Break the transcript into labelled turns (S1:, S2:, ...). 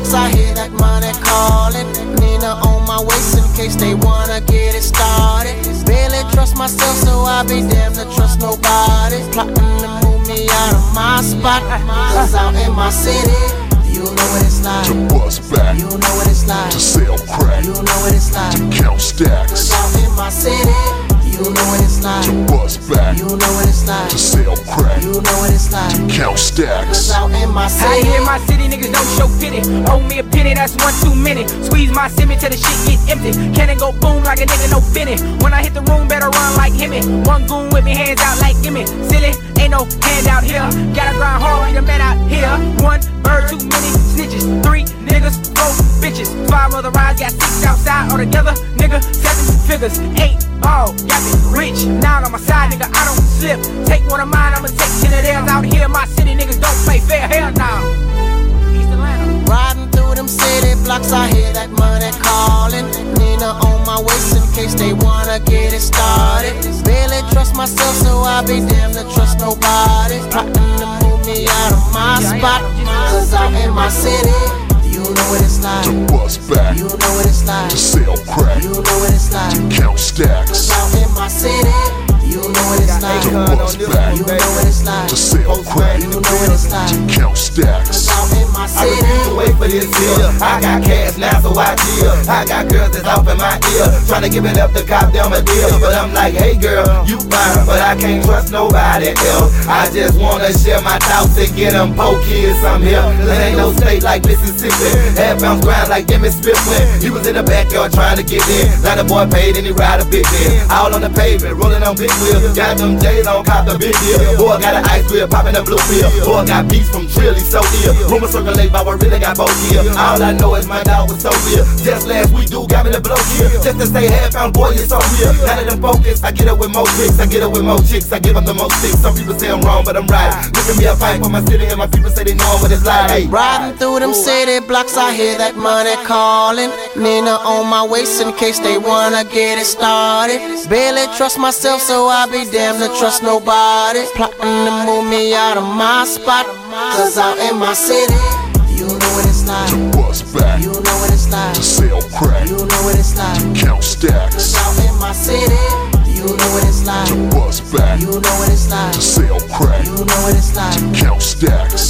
S1: Cause I hear that money calling. Nina on my waist in case they wanna get it started. Barely trust myself, so I be damned to trust nobody. Plotting to move me out of my spot. Cause out in my city, you know what it's like.
S2: To bust back,
S1: You know what it's like.
S2: to sell crack,
S1: You know what it's like.
S2: to count
S1: Cause
S2: stacks.
S1: out in my city, you know what it's like.
S2: To bust back,
S1: You know what it's like.
S2: to sell crack,
S1: You know what it's like.
S2: count
S1: Cause
S2: stacks.
S1: out in my
S3: Out
S1: city.
S3: here in my city, niggas don't show pity. Hold me a penny, that's one too many. Squeeze my semi till the shit get empty. Cannon go boom like a nigga, no finny. When I hit the room, better run like him. One goon with me, hands out like gimme. Silly, ain't no hand out here. Gotta grind hard, be the man out here. One bird, too many snitches. Three niggas, four bitches. Five other rides, got six outside altogether. Nigga, seven figures, eight ball. Got me rich, now on my side, nigga, I don't slip. Take one of mine, I'ma take ten of theirs. Out here in my city, niggas don't play fair. Hell no. East Atlanta.
S1: Riding through them city blocks, I hear that money calling. Nina on my waist in case they wanna get it started. Barely trust myself, so I be damned to trust nobody. Plotting to move me out of my spot. Cause out in my city, you know what it's like.
S2: To bust back,
S1: You know what it's like.
S2: to sell crack,
S1: You know what it's like.
S2: count stacks.
S1: Out in my city, you know what it's like.
S2: To
S1: You
S2: bust back,
S1: know what it's like.
S2: to sell crack,
S1: You know what it's like.
S2: to count stacks.
S1: Out in my
S4: I refuse to
S1: city.
S4: wait for this here. I got cash now, so I chill. I got girls that's off in my ear, trying to give it up to cop them a deal. But I'm like, hey girl, you fine, but I can't trust nobody else. I just wanna share my thoughts and get them poke kids some help. Cause ain't no state like Mississippi. Half ounce grind like Jimmy Spifflin. He was in the backyard trying to get in. Now the boy paid and he ride a big deal. All on the pavement, rolling on big wheels. Got them J's on, cop the big deal. Boy got an ice grill, popping a blue pill. Boy got beats from Trilly, so ill. Rumors circulate, but we really got both here. All I know is my dog was so real. Just last week, dude got me the blow here. Just to say half pound boy, it's so real. Now that I'm focused, I get up with more tricks. I get up with more chicks. I give up the most sticks. Some people say I'm wrong, but I'm right. Look at me, I fight for my city, and my people say they know what it's like. Hey,
S1: Riding through them city blocks, I hear that money calling. Nina on my waist in case they wanna get it started. Barely trust myself, so I be damned to trust nobody. Plotting to move me out of my spot, cause out in my city, you know what it's like.
S2: To bust back,
S1: You know what it's like.
S2: to sell crack,
S1: You know what it's like.
S2: count stacks.
S1: Out in my city, you know what it's like.
S2: To bust back,
S1: You know what it's like.
S2: to sell crack,
S1: You know what it's like.
S2: count stacks.